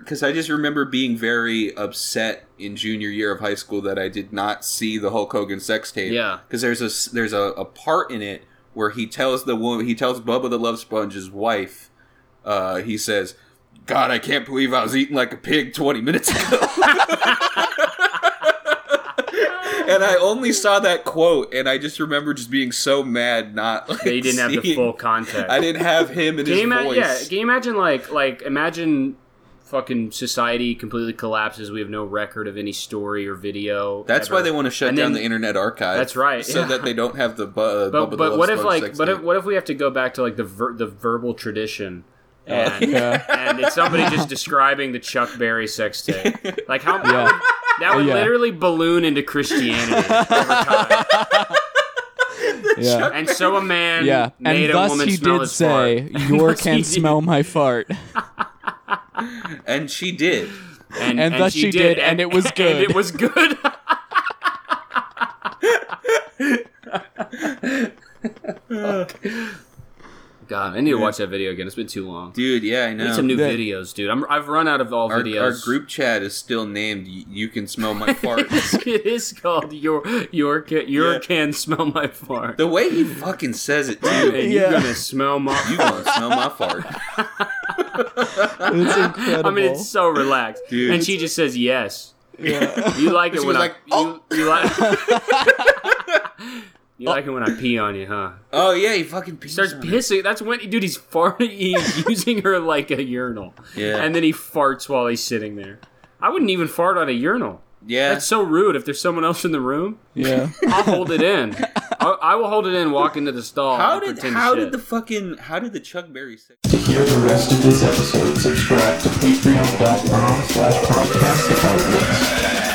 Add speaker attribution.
Speaker 1: because I just remember being very upset in junior year of high school that I did not see the Hulk Hogan sex tape.
Speaker 2: Yeah.
Speaker 1: because there's a s- there's a, a part in it where he tells the woman he tells Bubba the Love Sponge's wife, uh, he says, "God, I can't believe I was eating like a pig 20 minutes ago." and I only saw that quote, and I just remember just being so mad not like,
Speaker 2: That you didn't have the
Speaker 1: seeing-
Speaker 2: full context.
Speaker 1: I didn't have him in
Speaker 2: Can
Speaker 1: his
Speaker 2: you ima-
Speaker 1: voice.
Speaker 2: yeah, can you imagine like like imagine fucking society completely collapses. We have no record of any story or video.
Speaker 1: That's why
Speaker 2: ever.
Speaker 1: they want to shut
Speaker 2: And
Speaker 1: down
Speaker 2: then-
Speaker 1: the Internet Archive.
Speaker 2: That's right,
Speaker 1: So
Speaker 2: yeah.
Speaker 1: that they don't have the. Bu- uh, Bubba
Speaker 2: But
Speaker 1: the
Speaker 2: but
Speaker 1: Love
Speaker 2: what if
Speaker 1: Sponge
Speaker 2: like
Speaker 1: sex
Speaker 2: but if,
Speaker 1: tape.
Speaker 2: what if we have to go back to like the ver- the verbal tradition.
Speaker 1: Uh,
Speaker 2: And, and it's somebody just describing the Chuck Berry sex tape. Like how
Speaker 3: Yeah.
Speaker 2: that would
Speaker 3: Yeah.
Speaker 2: literally balloon into Christianity over time.
Speaker 3: Yeah.
Speaker 2: And so a man
Speaker 3: Yeah,
Speaker 2: made
Speaker 3: and
Speaker 2: a
Speaker 3: thus
Speaker 2: woman
Speaker 3: he
Speaker 2: smell
Speaker 3: did
Speaker 2: his
Speaker 3: say,
Speaker 2: fart.
Speaker 3: "Your
Speaker 2: Thus he
Speaker 3: can
Speaker 2: did-
Speaker 3: smell my fart."
Speaker 1: and she did.
Speaker 2: and,
Speaker 3: and thus she did, and it was
Speaker 2: And
Speaker 3: good.
Speaker 2: it was good. God, I need to watch that video again. It's been too long.
Speaker 1: Dude, yeah, I know.
Speaker 2: I need some new
Speaker 3: That-
Speaker 2: videos, dude. I'm, I've run out of all
Speaker 1: our,
Speaker 2: videos.
Speaker 1: our group chat is still named "You, you Can Smell My Fart."
Speaker 2: it is called your your can, your
Speaker 1: Yeah.
Speaker 2: can smell my fart.
Speaker 1: the way he fucking says it, too.
Speaker 2: and
Speaker 3: Yeah.
Speaker 2: you're gonna smell my.
Speaker 1: You gonna smell my fart,
Speaker 3: It's incredible.
Speaker 2: I mean, it's so relaxed.
Speaker 1: Dude.
Speaker 2: And she just says yes.
Speaker 3: yeah.
Speaker 2: You like it
Speaker 1: She was
Speaker 2: when I
Speaker 1: like, "Oh."
Speaker 2: you, you like you like it when I pee on you, huh?
Speaker 1: Oh yeah, he fucking pees
Speaker 2: Starts
Speaker 1: on her.
Speaker 2: pissing. That's when dude he's farting. He's using her like a urinal,
Speaker 1: Yeah,
Speaker 2: and then he farts while he's sitting there. I wouldn't even fart on a urinal.
Speaker 1: yeah.
Speaker 2: That's so rude. If there's someone else in the room,
Speaker 3: yeah.
Speaker 2: I'll hold it in. I, I will hold it in. Walk into the stall.
Speaker 1: how
Speaker 2: and
Speaker 1: did
Speaker 2: pretend
Speaker 1: how
Speaker 2: shit.
Speaker 1: did the fucking how did the Chuck Berry? Sex-
Speaker 4: To hear the rest of this episode, subscribe to patreon.com slash podcast